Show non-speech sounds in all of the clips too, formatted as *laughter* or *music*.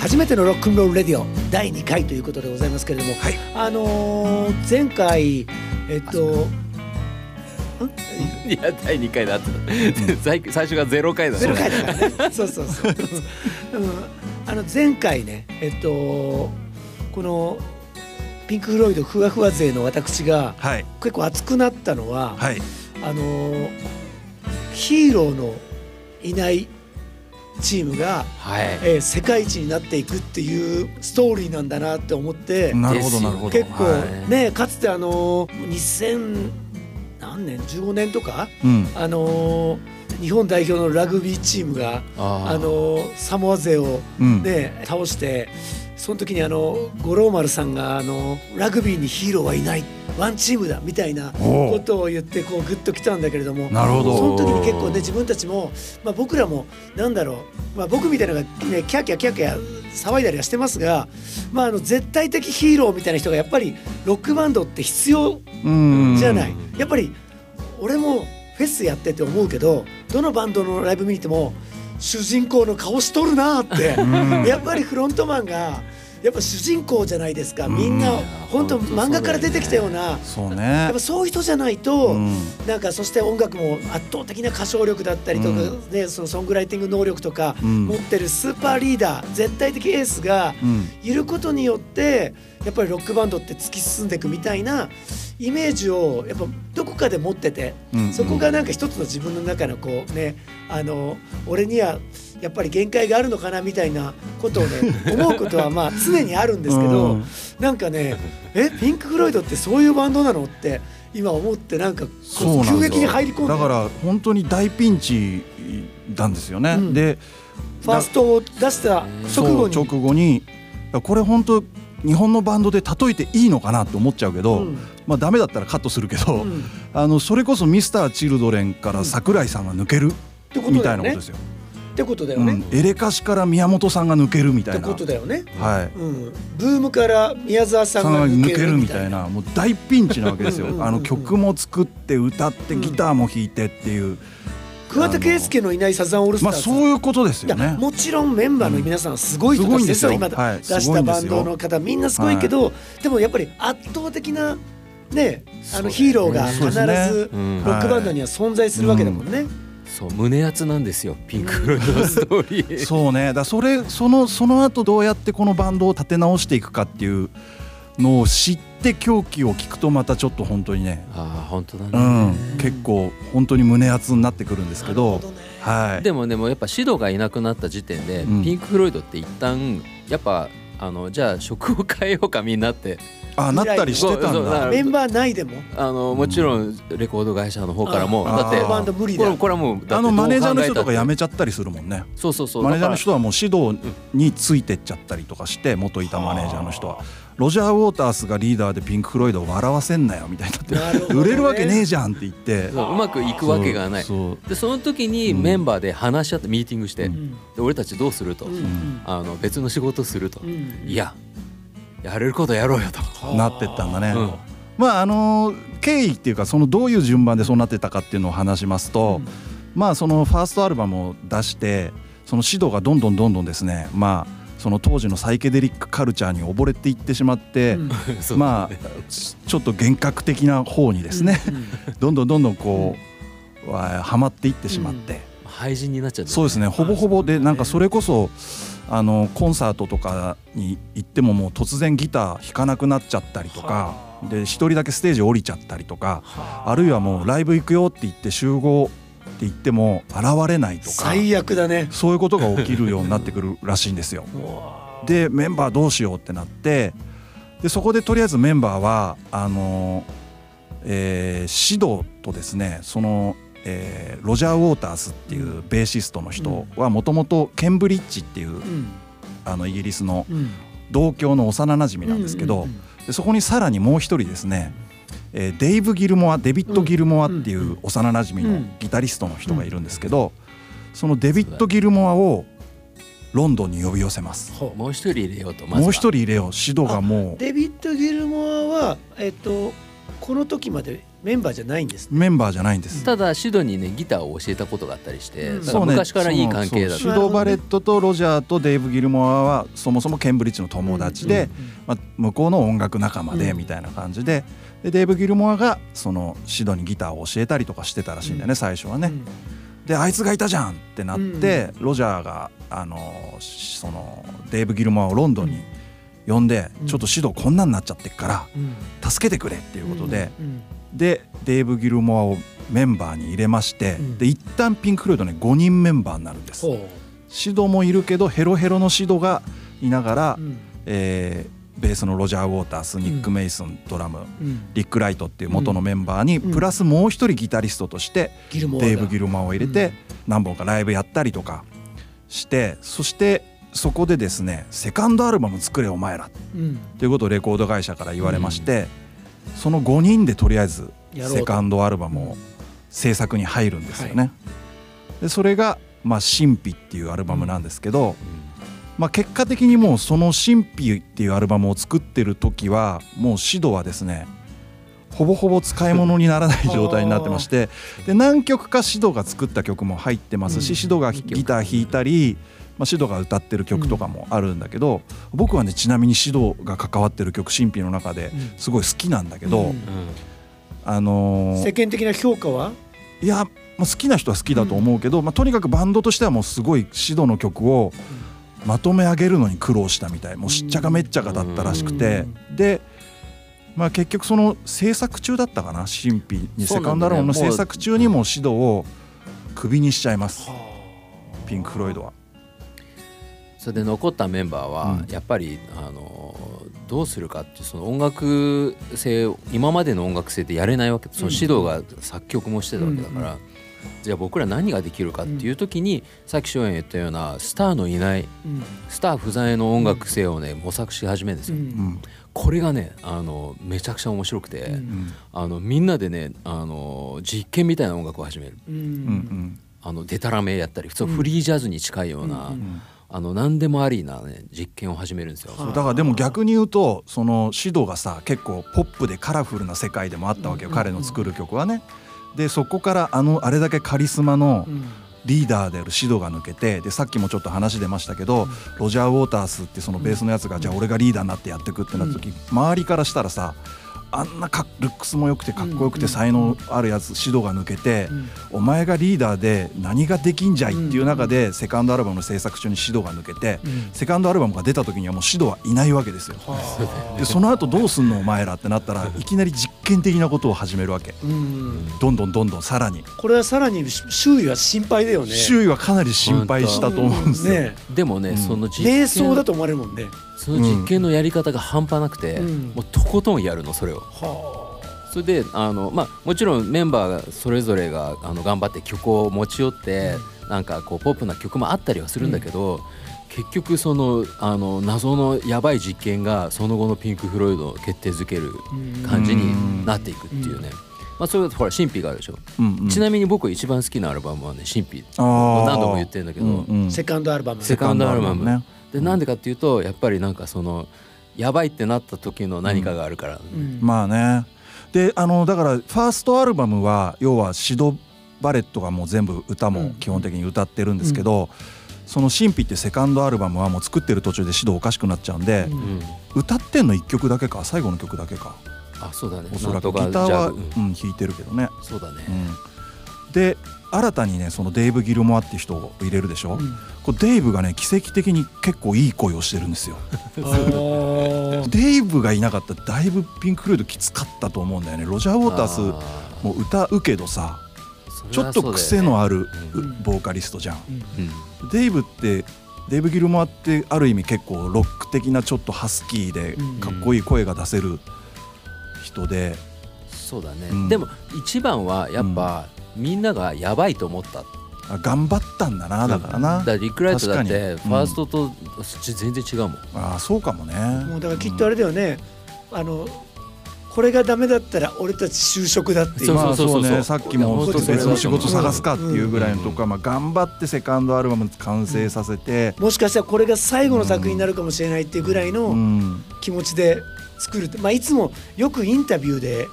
初めてのロックンロールレディオ第2回ということでございますけれども、はいあのー前回えっといや第2回だって *laughs* 最最初が0回だゼロね回だからねそうそうそう、うん、あの前回ねえっとこのピンク・フロイドふわふわ勢の私がはい結構熱くなったのは、はいあのーヒーローのいないチームが、はいえー世界一になっていくっていうストーリーなんだなって思ってなるほですよどなるほど結構はいねかつてあのー2000何年15年とかうんあのー日本代表のラグビーチームがああのーサモア勢をうんね倒してその時にあの五郎丸さんがあのラグビーにヒーローはいないワンチームだみたいなおうことを言ってこうグッときたんだけれどもなるほそどの時に結構ね自分たちも、まあ、僕らもなんだろう、まあ、僕みたいなのが、ね、キャーキャーキャーキャー騒いだりはしてますが、まあ、あの絶対的ヒーローみたいな人がやっぱりロックバンドって必要うんじゃない、うんやっぱり俺もフェスやってて思うけどどのバンドのライブ見に行っても主人公の顔しとるなってんやっぱりフロントマンがやっぱ主人公じゃないですかみんなうん本当漫画から出てきたようなそうやねっぱそういう人じゃないとうんなんかそして音楽も圧倒的な歌唱力だったりとかうんねそのソングライティング能力とかうん持ってるスーパーリーダー絶対的エースがうんいることによってやっぱりロックバンドって突き進んでいくみたいなイメージをやっぱどこかで持ってて、うんそこがなんか一つの自分の中のこうねあの俺にはやっぱり限界があるのかなみたいなことを *laughs* ね思うことはまあ常にあるんですけど、うんなんかねえピンク・フロイドってそういうバンドなのって今思ってなんかこうそうなんですよ急激に入り込んでだから本当に大ピンチなんですよね、うんでファーストを出した直後に。そう直後にこれ本当日本のバンドで例えていいのかなと思っちゃうけど、うんまあダメだったらカットするけど、うんっあのそれこそミスターチルドレンから桜井さんが抜けるてことみだたいよなことねで。すよ。ってことだようね。ん、エレカシから宮本さんが抜けるみたっていな。ことだよね。はい。うん、ブームから宮沢さんさんがが抜抜けけるるみみたたいいな。なもう大ピンチなわけですうんうんうんうよ。んあの曲も作って歌ってギターも弾いてっていう、桑田佳祐のいないサザンオールスタまーあズ。そういうことですよいやね。もちろんメンバーの皆さんはすごい人たちですよ、うんすごいん今です出よはいしたバンドの方みんなすごいけど、でもやっぱり圧倒的なねあのヒーローがそう必ですねずうロんックバンドには存在するわけだもんね。そう胸熱なんですよピンクフロイドのストーリーそうねだからそれそのその後どうやってこのバンドを立て直していくかっていうのを知って狂気を聞くとまたちょっと本当にね、 *laughs* ああ本当だうね、ん、結構本当に胸熱になってくるんですけどなるほどねはいでもねもうやっぱシドがいなくなった時点で、うんピンクフロイドって一旦やっぱあのじゃあ職を変えようかみんなってあなったりしてたそうんそうだかだらメンバーないでもあのもちろんレコード会社の方からもあーだってあーバンド無理こだれ。これはもうだってあのマネージャーの人どとう考かえたって辞めちゃったりするもんねそうそうそうマネージャーのだか人はもう指導についてっちゃったりとかして元いたマネージャーの人はロジャー・ウォータースがリーダーでピンク・フロイドを笑わせんなよみたいに *laughs* なってなるほどね売れるわけねえじゃんって言ってらそううまくいくわけがないそうでその時にメンバーで話し合ってミーティングして、うんで俺たちどうすると、うんあの別の仕事すると、うんいややれることやろうよと、 *laughs* そうなってったんだね、うんまああの経緯っていうかそのどういう順番でそうなってたかっていうのを話しますと、まあそのファーストアルバムを出してその指導がどんどんどんどんですねまあその当時のサイケデリックカルチャーに溺れていってしまって、うんそうまあちちょっと幻覚的な方にですね、どんどんどんどんこう、わハマっていってしまって、廃人になっちゃったそうですねほぼほぼでなんかそれこそあのコンサートとかに行ってももう突然ギター弾かなくなっちゃったりとかで一人だけステージ降りちゃったりとかあるいはもうライブ行くよって言って集合って言っても現れないとか最悪だね。そういうことが起きるようになってくるらしいんですよ。でメンバーどうしようってなってでそこでとりあえずメンバーはあのえーシドとですねその、えーロジャー・ウォータースっていうベーシストの人はもともとケンブリッジっていううんあのイギリスのうん同郷の幼なじみなんですけうどんうんでそこにさらにもう一人ですね、えーデイブ・ギルモアデビッド・ギルモアっていうんうんう幼なじみうのんギタリストの人がいるんですけどそのデビッド・ギルモアをロンドンに呼び寄せます。ほうもう一人入れようとまずはもう一人入れようシドがもうデビッド・ギルモアは、えっと、この時までメンバーじゃないんです。メンバーじゃないんです。ただシドにねギターを教えたことがあったりして、うんだから昔からいい関係だっそたうそうシド・バレットとロジャーとデイブ・ギルモアはそもそもケンブリッジの友達で、まあ、向こうの音楽仲間でうんみたいな感じで,、でデイブ・ギルモアがそのシドにギターを教えたりとかしてたらしいんだよね、最初はうんね。であいつがいたじゃんってなって、ロジャーがあのしそのデイブ・ギルモアをロンドンに呼んで、うんちょっとシドこんなんなっちゃってっかうんうんら助けてくれっていうことで、うんでデイブ・ギルモアをメンバーに入れまして、うんで一旦ピンク・フロイドね5人メンバーになるんです。ほシドもいるけどヘロヘロのシドがいながら、ううんえーベースのロジャー・ウォータースニック・メイソンドラムうんリック・ライトっていう元のメンバーに、うんプラスもう一人ギタリストとしてギルモアデーブ・ギルルマを入れて何本かライブやったりとかしてそしてそこでですねセカンドアルバム作れお前らうんということをレコード会社から言われまして、その5人でとりあえずやろうとセカンドアルバムを制作に入るんですよね。でそれがまあ「神秘」っていうアルバムなんですけど、まあ、結果的にもうその「神秘」っていうアルバムを作ってる時はもうシドはですねほぼほぼ使い物にならない状態になってましてで何曲かシドが作った曲も入ってますし、うんシドがいい曲ギター弾いたり、まあ、シドが歌ってる曲とかもあるんだけど、僕はねちなみにシドが関わってる曲「神秘」の中でうんすごい好きなんだけど、うんあのー世間的な評価はいや、まあ、好きな人は好きだと思うけど、まあ、とにかくバンドとしてはもうすごいシドの曲をまとめ上げるのに苦労したみたいもうしっちゃかめっちゃかだったらしくて、で、まあ、結局その制作中だったかな神秘にそうセカなンんドだねアルバムの制作中にもシドをクビにしちゃいます、はあピンク・フロイドは。それで残ったメンバーはうんやっぱり、あのどうするかってその音楽性を今までの音楽性でやれないわけその指導が作曲もしてたわけだから、じゃあ僕ら何ができるかっていう時に、さっき翔也言ったようなスターのいないうんスター不在の音楽性をね模索し始めるんですうよ。んんこれがねあのめちゃくちゃ面白くて、うんあのみんなでねあの実験みたいな音楽を始めるううんうんんあのデタラメやったり普通うんフリージャズに近いような、うんうんあの何でもありな、ね、実験を始めるんですよ。はあだからでも逆に言うとそのシドがさ結構ポップでカラフルな世界でもあったわけよ、うん彼の作る曲はね。でそこからあのあれだけカリスマのうんリーダーであるシドが抜けてでさっきもちょっと話出ましたけど、うんロジャー・ウォータースってそのベースのやつが、うんじゃあ俺がリーダーになってやってくってなった時、周りからしたらさあんなかルックスも良くてかっこよくうてん才能あるやつ、シドが抜けて、うんお前がリーダーで何ができんじゃいっていう中で、セカンドアルバムの制作中にシドが抜けて、うんセカンドアルバムが出た時にはもうシドはいないわけですよ。はあでその後どうすんのお前らってなっ *laughs* たらいきなり実験的なことを始めるわけうんどんどんどんどんさらに、これはさらにし周囲は心配だよね周囲はかなり心配したと思うんですよ。ねでもね、うんその実瞑想だ験と思われるもんねその実験のやり方が半端なくて、うんもうとことんやるのそれを。はあそれであの、まあ、もちろんメンバーがそれぞれがあの頑張って曲を持ち寄って、なんかこうポップな曲もあったりはするんだけど、結局そのあの謎のやばい実験がその後のピンク・フロイドを決定づける感じになっていくっていうね、まあ、それだとほら神秘があるでしょ、うんうんちなみに僕一番好きなアルバムはね神秘あー何度も言ってるんだけど、うんうんセカンドアルバムセカンドアルバムね。でなんでかっていうとやっぱりなんかそのやばいってなった時の何かがあるから、うんまあね。であのだからファーストアルバムは要はシド・バレットがもう全部歌うもん基本的に歌ってるんですけど、その「神秘」っていうセカンドアルバムはもう作ってる途中でシドおかしくなっちゃうんで、うんうん歌ってんの1曲だけか最後の曲だけかあそうだねおそならんくとギかタージャは、グううんん弾いてるけどね。そうだね、うんで新たにねそのデイブ・ギルモアって人を入れるでしょ、うんこうデイブがね奇跡的に結構いい声をしてるんですよ。ああデイブがいなかったらだいぶピンク・フロイドきつかったと思うんだよねロジャー・ウォータースあもう歌うけどさーちょっと癖のあるそれはそうだよねうんボーカリストじゃん、うんうんデイブってデイブ・ギルモアってある意味結構ロック的なちょっとハスキーでうんかっこいい声が出せる人で、そうだね、うんでも一番はやっぱ、みんながやばいと思ったあ頑張ったんだなだからな、だからリックライトだっ確かにうてんファーストと全然違うもん、ああそうかもねもうだからきっとあれだよねあのこれがダメだったら俺たち就職だっていうそうまあそうそそううそうねさっきもいや本当別の仕事探すかっていうぐらいのとこうは、まあ、頑張ってセカンドアルバム完成させて、もしかしたらこれが最後の作品になるかもしれないっていうぐらいの、うん気持ちで作るって、まあ、いつもよくインタビューで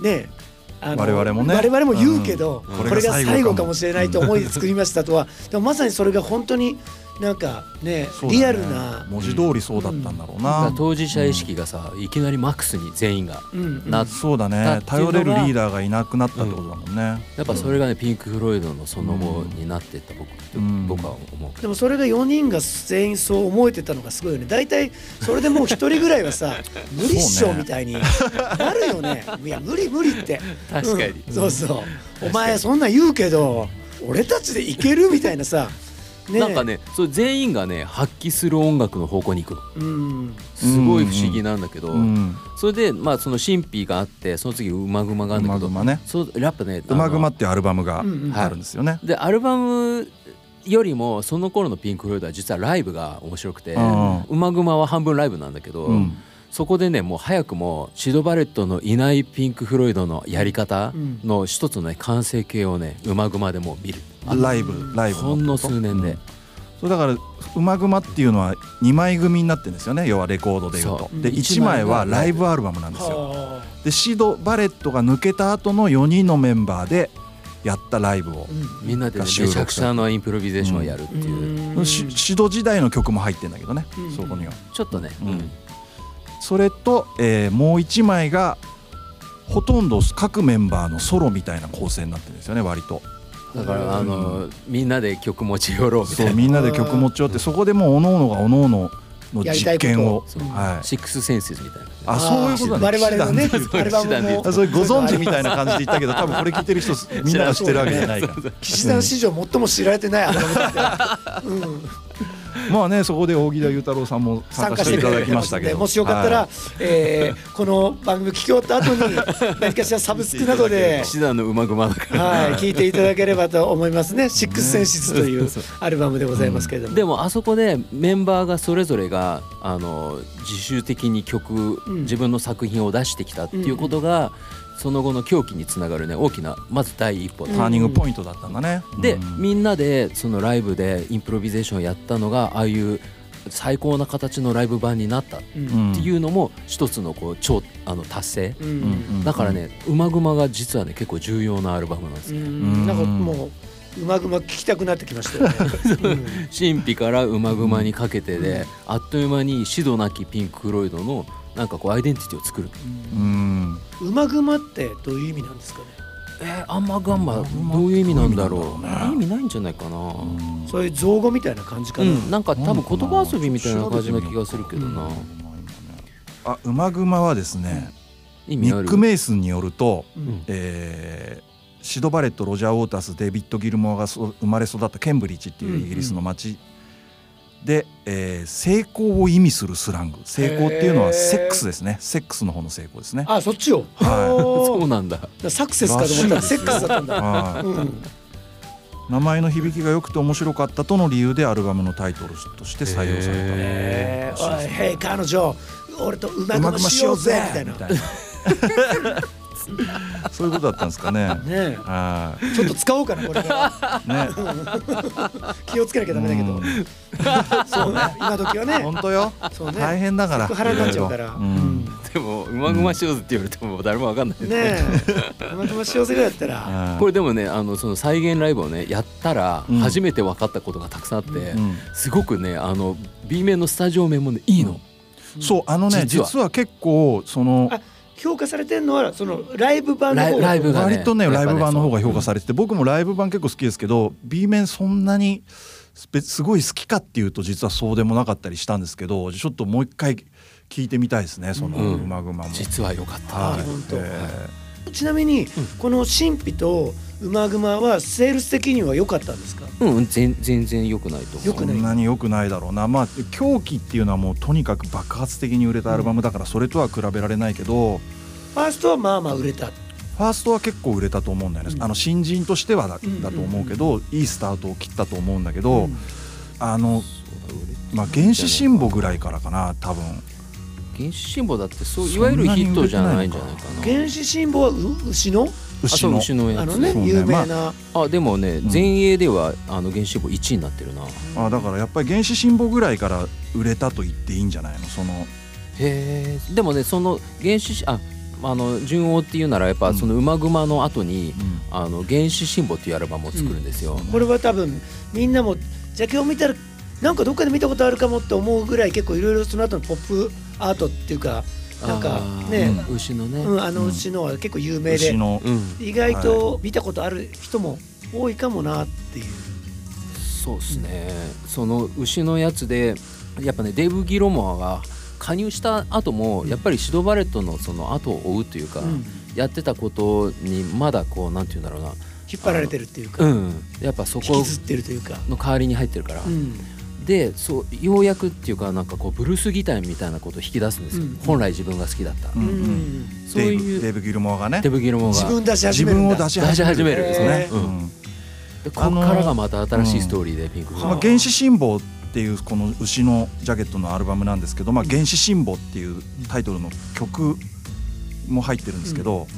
ねあの我々もね我々も言うけど、うんここれれがが最最後後かかももしれないと思いで作りましたとは、でもまさにそれが本当になんかねそうだねリアルな、文字通りそうだったんだろうな、なんか当事者意識がさ、いきなりマックスに全員がうんうんなそうだだねっていうの頼がれるリーダーがいなくなったってことだもんね、やっぱそれがねピンク・フロイドのその後うんになってった僕,、うん僕は思うけでどもそれが4人が全員そう思えてたのがすごいよね大体それでもう1人ぐらいは *laughs* さ無理っしょみたいになるよねいや無理無理って確かにうんそうそうお前そんなん言うけど俺たちでいけるみたいなさねなんかねそう全員がね発揮する音楽の方向に行くのうんすごい不思議なんだけど、うんそれでまあその神秘があってその次ウマグマがあるんだけど馬熊ねそうやっぱね「うまぐま」あっていうアルバムがうんうんあるんですよね。のでアルバムよりもその頃のピンク・フロイドは実はライブが面白くてうんウマグマは半分ライブなんだけど、うんそこでねもう早くもシド・バレットのいないピンク・フロイドのやり方の一つのね完成形をねウマグマでもう見るライブライブほんの数年で、うんそうだから「うまぐま」っていうのは2枚組になってるんですよね要はレコードでいうそとうでうん1枚はライブアルバムなんですよはでシド・バレットが抜けた後の4人のメンバーでやったライブをあ、うんみんなでねがめ収録ちゃくちゃのインプロビゼーションをやるっていう、うんしシド時代の曲も入ってんだけどねうんそこにはちょっとね、うんうんそれと、えーもう1枚がほとんど各メンバーのソロみたいな構成になってるんですよね割とだからあのみんなで曲持ち寄ろうみたそいうなみんなで曲持ち寄ってそこでもう各々が各々の実験をそうはいシックスセンスみたいなねあそういうことだね我々のね騎士団アルバム騎士団もであそれご存知みたいな感じで言 *laughs* ったけど多分これ聞いてる人みんなが知ってるわけじゃないから岸田史上最も知られてないアルバムだって、うん、まあねそこで大木田裕太郎さんも参参加加ししててくいたれだてきまますしのたでけどもしよかったら、えーこの番組聞き終わった後に何かしらサブスクなどで騎。士団の馬熊だからはい、聞いていただければと思いますね。シックスセンシスというアルバムでございますけれども。でもあそこでメンバーがそれぞれがあの自主的に曲、うん自分の作品を出してきたっていうことが、その後の狂気につながるね大きなまず第一歩だ、ターニングポイントだったんだねで、うんみんなでそのライブでインプロビゼーションをやったのがああいう最高な形のライブ版になったっううんんていうのも一つのこう超あの達成、ううんんだからね「うまぐま」が実はね結構重要なアルバムなんですうよ、んなんかもううまぐま聞きたくなってきましたよね。神秘からうまぐまにかけてで、あっという間にシドなきピンク・フロイドのなんかこうアイデンティティを作るうんうんうまぐまってどういう意味なんですかね。えー、あんまガンマどういう意味なんだろうどういう意味なんだろうね意味ないんじゃないかな、そういう造語みたいな感じかうな。ん、なんか多分言葉遊びみたいな感じな気がするけどな、あうまぐまはですね意味ニあッるク・メイスンによると、うんえーシド・バレットロジャー・ウォータスデイビッド・ギルモアがそ生まれ育ったケンブリッジっていうイギリスの町で、えー成功を意味するスラング成功っていうへのーはセックスですねセックスの方の成功ですね。あ、そっちを。はいお *laughs* そーうなんだサクセスかと思ったららしセいッですクスだったんだ。はいうん名前の響きが良くて面白かったとの理由でアルバムのタイトルとして採用されたえへそうそうー、おい、へい、彼女、俺とうまうくままくししよよううぜぜみたいみな。ねたいなそういうことだったんですかね。えはちょっと使おうかな、これから。 *laughs* いね、気をつけなきゃダメだけど。そうね、今時は本ね。当よ、そうね大変だからセクハラになっちゃうから。いろういろうんんでも「うまぐましようぜ」って言われても誰もわかんない、ねえ、たまたま幸せぐらいだったら。はいこれでもねあのその再現ライブをねやったらうん初めて分かったことがたくさんあって、うんすごくねあの B 面のスタジオ面もねいいの、そうあのね実実はは結構そのあ評価されてんのは、そのライブ版のライ方。ライブがね割とねやっぱライねブ版の方が評価されてて僕もライブ版結構好きですけど B 面そんなにすべすごい好きかっていうと実はそうでもなかったりしたんですけどちょっともう一回聞いてみたいですねそのうん「うまぐま」も。実は良かった、はい本当えちなみに、この神秘と馬熊はセールス的には良かったんですか。うん全全然良くないと思う良ーくそんなに良くないだろうなまあ狂気っていうのはもうとにかく爆発的に売れたアルバムだからそれとは比べられないけどファーストはまあまあ売れた。ファーストは結構売れたと思うんだよね、うんあの新人としてはだうんだと思うけど、いいスタートを切ったと思うんだけど、うんあの、まあ、原始神母ぐらいからかな多分原始神保だってそういそんわなゆにるヒットじゃないんじゃないかな原始神保はう牛の、牛あのそう牛のやつあのね、そうね有名まな。あでもねん全英ではあの原子部1位になってるなへあだからやっぱり原始神母ぐらいから売れたと言っていいんじゃないのそのえでもねその原子ああの順応っていうならやっぱその馬熊の後に、うんあの原始神保っていうアルバムを作るんですよ。これは多分みんなもジャケを見たらなんかどっかで見たことあるかもって思うぐらい結構いろいろその後のポップアートっていうかなんかね、あー牛のね。うん、あのうちのは結構有名で、牛のうん意外と見たことある人も多いかもなっていう。そうですね、その牛のやつでやっぱねデーブ・ギロモアが加入した後もやっぱりシド・バレットのその後を追うというか、うんやってたことにまだこうなんて言うんだろうな引っ張られてるっていうか、うんやっぱそ引きこずってるというか、の代わりに入ってるから、うんでそうようやくっていうかなんかこうブルースギターみたいなことを引き出すんですよ、うん本来自分が好きだった、うんうんそうデイいブうデイブ・ギルモアがねデブ・ギロモア自が分出し始自めるん分だを出し出し始めるんですね、へううんんでここからがまた新しいストーリーでピンクまがあ、原始辛抱っていうこの牛のジャケットのアルバムなんですけど「まあ、原始辛抱」っていうタイトルの曲も入ってるんですけど、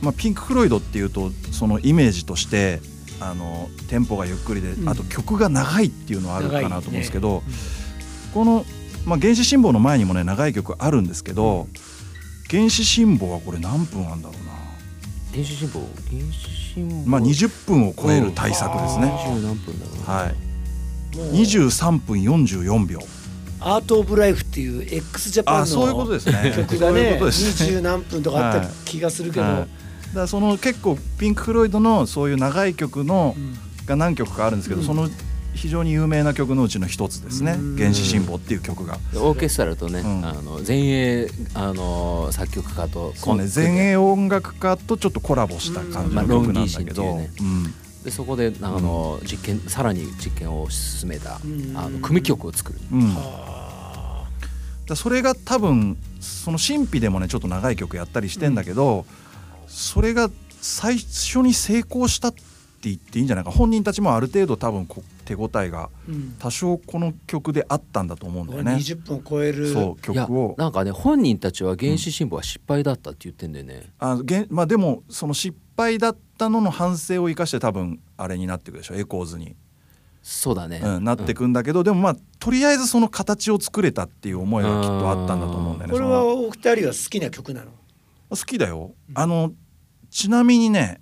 まあ、ピンク・フロイドっていうとそのイメージとしてあのテンポがゆっくりで、うんあと曲が長いっていうのはあるか長いねなと思うんですけど、この、まあ、原始辛抱の前にもね長い曲あるんですけど原始辛抱はこれ何分あんだろうな、原始神保原始神保まあ、20分を超える大作ですね。 20何分だろうなはいもう23分44秒アートオブライフっていう X ジャパあンそういうことのですね曲がそういうね、ことです二ね十何分とかあったはい気がするけど、はい、だからその結構ピンク・フロイドのそういう長い曲のうんが何曲かあるんですけど、うんその非常に有名な曲のうちの一つですねうん「原始辛抱」っていう曲がオーケストラとね、うんあの前衛あの作曲家とそう、ね、組ん前で衛音楽家とちょっとコラボした感じの曲なんだけど、うんまあロンギーシンっうんでそこであの、実験さらに実験を進めた、うんあの組曲を作る、うん、だかあらそれが多分その神秘でもねちょっと長い曲やったりしてんだけど、それが最初に成功したって言っていいんじゃないか本人たちもある程度多分こ手応えがーうん多少この曲であったんだと思うんだよね。 20分を超えるそういや曲をなんかね本人たちは原始神保は失敗だったって言ってんだよね、あげんまあでもその失敗だったのの反省を生かして多分あれになってくるでしょエコーズに、そうだね、うん、なってくんだけど、でもまあとりあえずその形を作れたっていう思いがきっとあったんだと思うんだよね。これそはのお二人は好きな曲なの好きだよあのちなみにね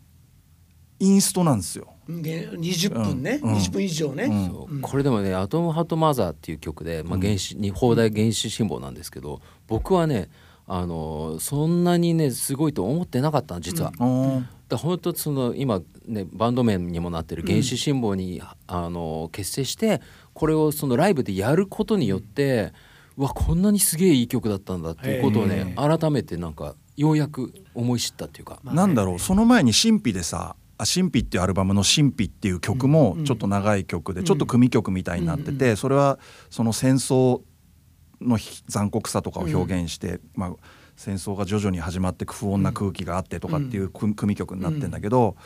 インストなんですよ。うんで20分ね、うん20分以上ね、うんそううんこれでもね「アトム・ハート・マザー」っていう曲で、まあ、原始に放題原始辛抱なんですけど僕はねあのそんなにねすごいと思ってなかったの実は、うんだから本当その今ねバンド名にもなってる原始辛抱に、あの結成してこれをそのライブでやることによってうわこんなにすげえいい曲だったんだっていうことをね改めてなんかようやく思い知ったっていうか、まあねなんだろうその前に「神秘」でさ「あ神秘」っていうアルバムの「神秘」っていう曲もうんちょっと長い曲で、うんちょっと組曲みたいになってて、それはその戦争のひ残酷さとかを表現して、まあ、戦争が徐々に始まって不穏な空気があってとかっていう組組曲になってんだけど、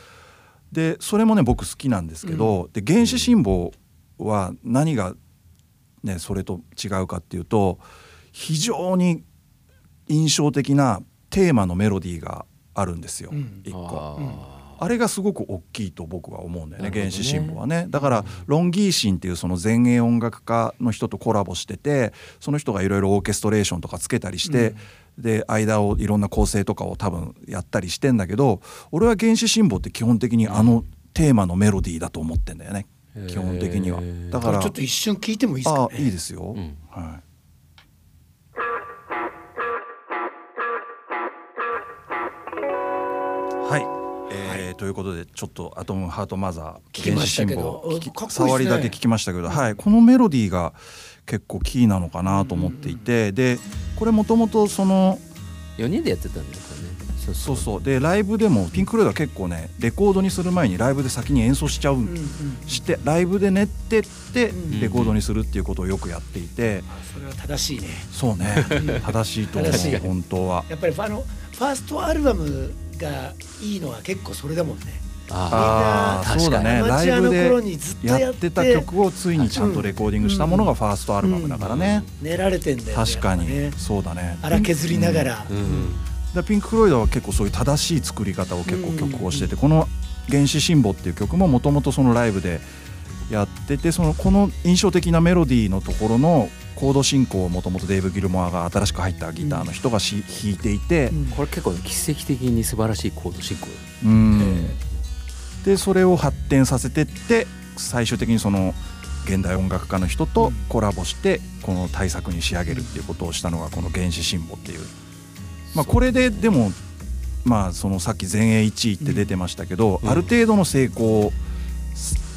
でそれもね僕好きなんですけど、で原始辛抱は何が、ね、それと違うかっていうと非常に印象的なテーマのメロディーがあるんですよ、うん一個。あーあれがすごく大きいと僕は思うんだよねなるほどね原始神保はねだからロン・ギーシンっていうその前衛音楽家の人とコラボしててその人がいろいろオーケストレーションとかつけたりして、で間をいろんな構成とかを多分やったりしてんだけど俺は原始神保って基本的にあのテーマのメロディーだと思ってんだよねへー基本的にはだからちょっと一瞬聞いてもいいですあかあいいですよ、んはいはい、えーということでちょっと「アトム・ハート・マザー」聞きましたけど原始うんかっこいいっすね触りだけ聞きましたけど、はい、このメロディーが結構キーなのかなと思っていて、でこれもともとその4人でやってたんだよこれねそうそうそうでライブでもピンク・フロイドは結構ねレコードにする前にライブで先に演奏しちゃううんんうんしてライブで練ってってうんレコードにするっていうことをよくやっていて、あそれは正しいねそうね正しいと思正しいう本当はやっぱりあのファーストアルバムがいいのは結構それだもんねああーーそうだねアマラチュイアブの頃でにずっとややっっててた曲をついにちゃんとレコーディングしたものがファーストアルバムだからね、練られてんだよね確かに、やっぱねそうだね荒削りながら、ーうんだからピンク・フロイドは結構そういう正しい作り方を結構曲をしてて、この「原始辛抱」っていう曲ももともとそのライブでやっててそのこの印象的なメロディーのところのコード進行をもともとデイブ・ギルモアが新しく入ったギターの人がし弾いていて、うんこれ結構奇跡的に素晴らしいコード進行うんでそれを発展させてって最終的にその現代音楽家の人とコラボしてこの大作に仕上げるっていうことをしたのがこの「原始神母」っていう、まあ、これででもまあそのさっき全英1位って出てましたけど、うんある程度の成功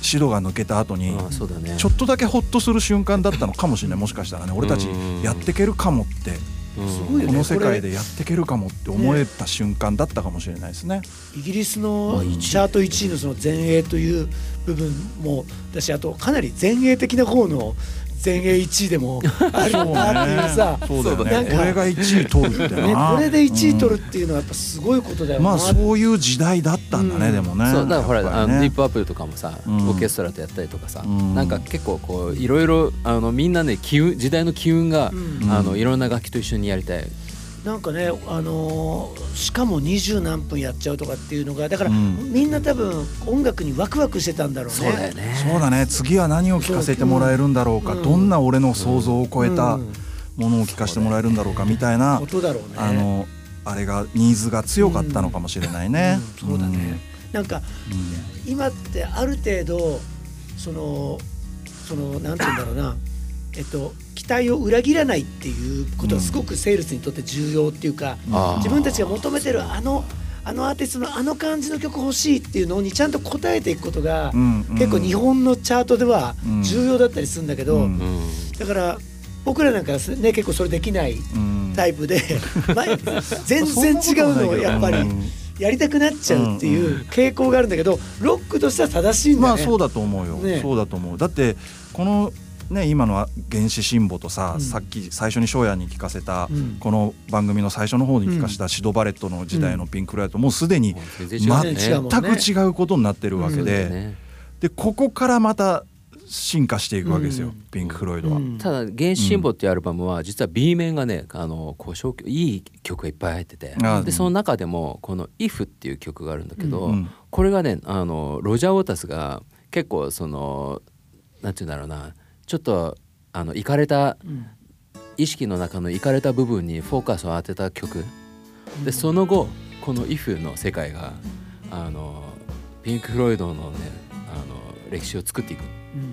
指導が抜けた後に、ああそうだねちょっとだけホッとする瞬間だったのかもしれないもしかしたらね俺たちやってけるかもってうんすごいよねこの世界でやってけるかもって思えた瞬間だったかもしれないですね。イギリスまのあチ一位ャート1位のその全英という部分もだしあとかなり前衛的な方の全英1位でもあるそうなっていうさ、そうだよなねんかこれが1位取るってね、なこれで1位取るっていうのはやっぱすごいことだうよんな、まあそういう時代だったんだね、うんでもねそうだからほら、やっぱありねのディープアップルとかもさ、うんオーケストラとやったりとかさ、うんなんか結構こういろいろあのみんなね機運時代の機運が、うんあのいろんな楽器と一緒にやりたい、なんかね、あのーしかも二十何分やっちゃうとかっていうのがだから、うんみんな多分音楽にワクワクしてたんだろうね。そうだよねそうだね次は何を聞かせてもらえるんだろうか、うんどんな俺の想像を超えたうんものを聞かせてもらえるんだろうかみたいな、ことだろうね。あのあれがニーズが強かったのかもしれないね。うんそうだね。なんかうん、今ってある程度そのそのなんて言うんだろうなえっと期待を裏切らないっていうことはすごくセールスにとって重要っていうか、んあー自分たちが求めてるあのあのアーティストのあの感じの曲欲しいっていうのにちゃんと応えていくことが、うんうん結構日本のチャートではうん重要だったりするんだけど、うんだから僕らなんかね結構それできないうんタイプ *laughs* で、まあ全然違うのをやっぱりうんやりたくなっちゃうっていう傾向があるんだけどロックとしては正しいんだまあね。そうだと思うよ、ねそうだと思うだってこのね今の原始辛抱とさ、うんさっき最初に翔也に聞かせた、うんこの番組の最初の方に聞かせたシドバレットの時代のピンク・ライト、もうすでにもう全然違うよね違う全もんく違うことになってるわけそうだで、よねでここからまた進化していくわけですよ、うんピンク・フロイドは。うんただ「原始神保」っていうアルバムは実は B 面がねあのこう小いい曲がいっぱい入っててあーでその中でもこの「IF」っていう曲があるんだけど、うんうんこれがねあのロジャー・ウォータスが結構そのなんて言うんだろうなちょっとあのいかれたうん意識の中のいかれた部分にフォーカスを当てた曲でその後この「IF」の世界があのピンク・フロイドのねあの歴史を作っていく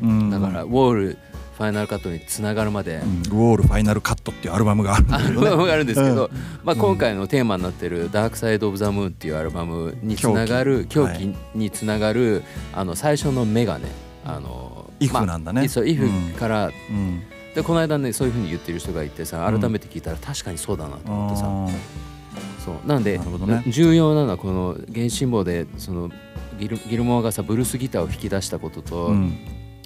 うんうんだから、ウォールファイナルカットにつながるまで、うんウォール・ファイナル・カット」っていうアルバムがあるんだアけルどねバムがあるんですけど、うまあ、今回のテーマになってる「ダークサイド・オブ・ザ・ムーン」っていうアルバムにつながる狂狂気気につながる、あの最初の目がねあのイフまあなんだねそうイフから、うんでこの間ねそういうふうに言ってる人がいてさうん改めて聞いたら確かにそうだなと思ってさ、あーそうなんでなるほどね重要なのはこの「原神坊」でそのギルギルモアがさブルースギターを弾き出したことと、うん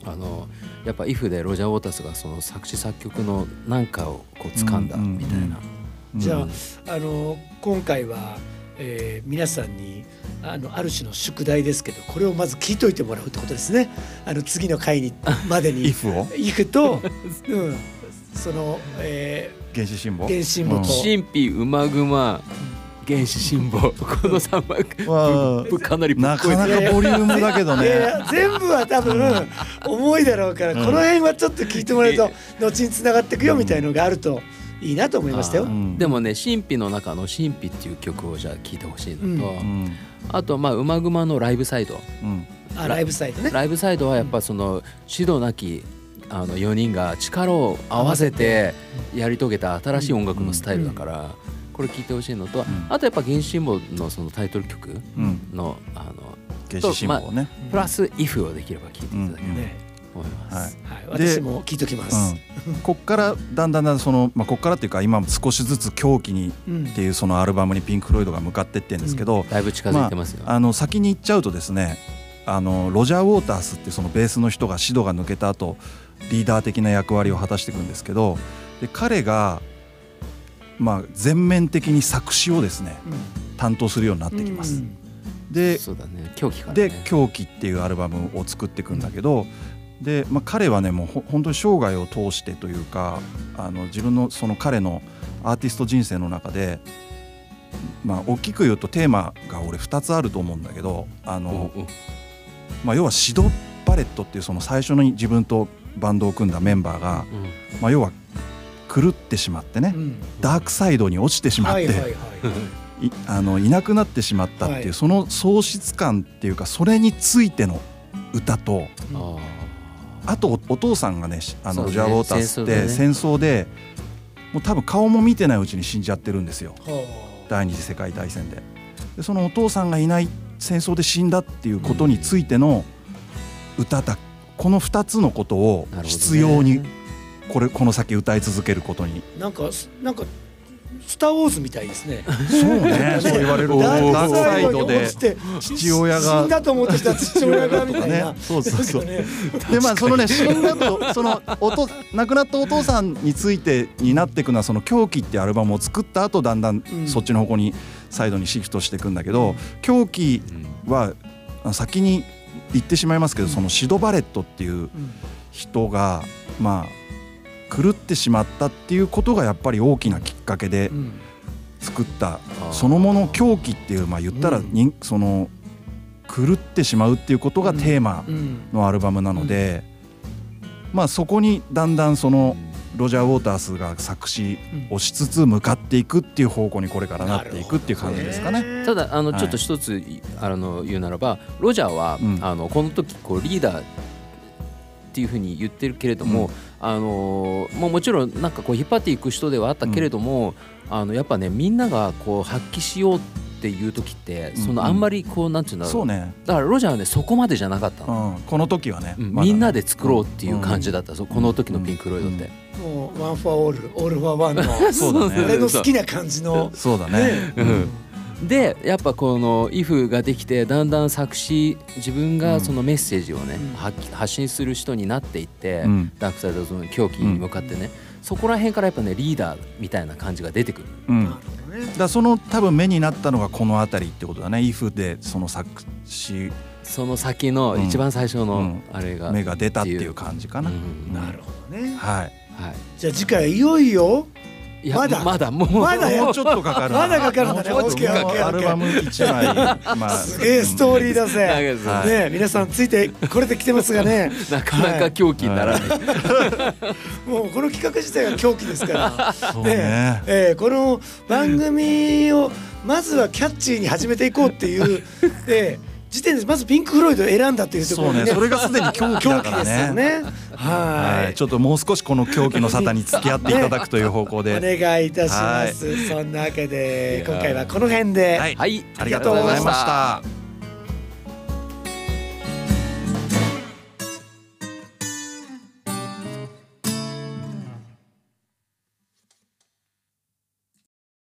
あのやっぱ「イフでロジャー・ウォータスがその作詞作曲のなんかをこう掴んだみたいな。うんうんうんじゃああの今回は、えー皆さんにあのある種の宿題ですけどこれをまず聞いといてもらうってことですねあの次の回にま *laughs* でイに。フをいくと、うん、その、え原始辛抱原始辛抱と神秘ウマグマ原始神 *laughs* 保この三幕うんわあかなりぶっなこかいなてかボリュームだけどー *laughs* いやいやね。全部は多分重いだろうから、うんこの辺はちょっと聞いてもらうと後につながっていくよみたいのがあるといいなと思いましたよ。あーうんでもね神秘の中の神秘っていう曲をじゃあ聴いてほしいのと、うんあとまあウマグマのライブサイドうんあライブサイトね。ライブサイドはやっぱその指導なきあの4人が力を合わせてやり遂げた新しい音楽のスタイルだからこれ聴いてほしいのとあとやっぱ原始神保のそのタイトル曲うんのあの原始辛抱ね。プラス「if」をできれば聴いていただければねと思います。はい。はい、で私も聞いときます。うん、こっからだんだんだんその、まあ、こっからっていうか今も少しずつ狂気にうんっていうそのアルバムにピンク・フロイドが向かってってんですけど、だいぶ近づいてますよ。あの先に行っちゃうとですねあのロジャー・ウォータースってそのベースの人がシドが抜けた後リーダー的な役割を果たしていくんですけどで彼が、まあ、全面的に作詞をですね担当するようになってきます。うんでそうだね狂気からねで「狂気」っていうアルバムを作っていくんだけど、でまあ、彼はねもうほ本当に生涯を通してというかあの自分のその彼のアーティスト人生の中で、まあ、大きく言うとテーマが俺2つあると思うんだけどあおの、おまあ、要は指導パレットっていうその最初に自分とバンドを組んだメンバーが、うんまあ、要は狂ってしまってね、うんダークサイドに落ちてしまっはいて、いはい *laughs* はいあのいなくなってしまったっていう、はいその喪失感っていうかそれについての歌とああとおお父さんがねしあそうのロねジャー・ウォータースって戦戦争で,、もう多分顔も見てないうちに死んじゃってるんですよは第二次世界大戦ででそのお父さんがいない戦争で死んだっていうことについての歌だ、この2つのことをーなるほどね必要にこれこの先歌い続けることにあなんかすなんかスターウォーズみたいですね。そうね *laughs* そう言わ *laughs* れるとダーークサイドにで落ちて父親が死んだと思ってた父親がみたい *laughs* な。ねそうそうそうなんかねでまあそのね死んだとそのおと亡くなったお父さんについてになっていくのはその狂気ってアルバムを作った後だんだんうんそっちの方向にサイドにシフトしていくんだけど狂気ーうんはあ先に言ってしまいますけどそのシド・バレットっていううん人がまあ狂ってしまったっていうことがやっぱり大きなきっかけでうん作ったあーそのもの狂気っていうまあ言ったらうん人その狂ってしまうっていうことがテーマうんのアルバムなので、まあそこにだんだんそのロジャー・ウォータースが作詞をしつつ向かっていくっていう方向にこれからなっていくっていう感じですかね。ただあのはいちょっと一つ、いあの言うならばロジャーは、うんあのこの時こうリーダーっていうふうに言ってるけれども、うんあのもうもちろんなんかこう引っ張っていく人ではあったけれども、あのやっぱねみんながこう発揮しようっていう時ってうんそのあんまりこうなんていうんだろう,、そうね、だからロジャーはねそこまでじゃなかったうの、ん、この時はね、うんまだねみんなで作ろうっていう感じだった、そうこの時のピンク・ロイドって、もうワンフォアオールオールフォアワン *laughs* の *laughs* そうだね俺の好きな感じのそうだねね。うんでやっぱこの「IF」ができてだんだん作詞自分うがんそのメッセージをね、うん発揮発信する人になっていって、うんダークサイドの狂気に向かってね、そこら辺からやっぱねリーダーみたいな感じが出てくる。うんなるほどねだからその多分目になったのがこの辺りってことだね「IF」でその作詞その先のうん一番最初うのんあれが、目が出たっていう感じかな。うんなるほどね。はい、はじゃあ次回いよいよい、いやまだまだもうまだやもうちょっとかか *laughs* るまだかかるんだねもうちょっと OK OK OK アルバム1枚、まあ、すげえストーリーだだぜ。けどさはいね皆さんついてこれで来てますがね。 *laughs* *laughs* なかなか狂気にならない、もうこの企画自体が狂気ですから。 *laughs* そうねねえーこの番組をまずはキャッチーに始めていこうって *laughs* いう、えー時点でまずピンク・フロイドを選んだっていうとこそろうにね、ねそれがすでに狂気狂だ気かでらすよね。ね。はい、はいちょっともう少しこの狂気の沙汰に付き合っていただくという方向で。お願いいたします。そんなわけでいやー今回はこの辺で。はい、はいありがとうございました。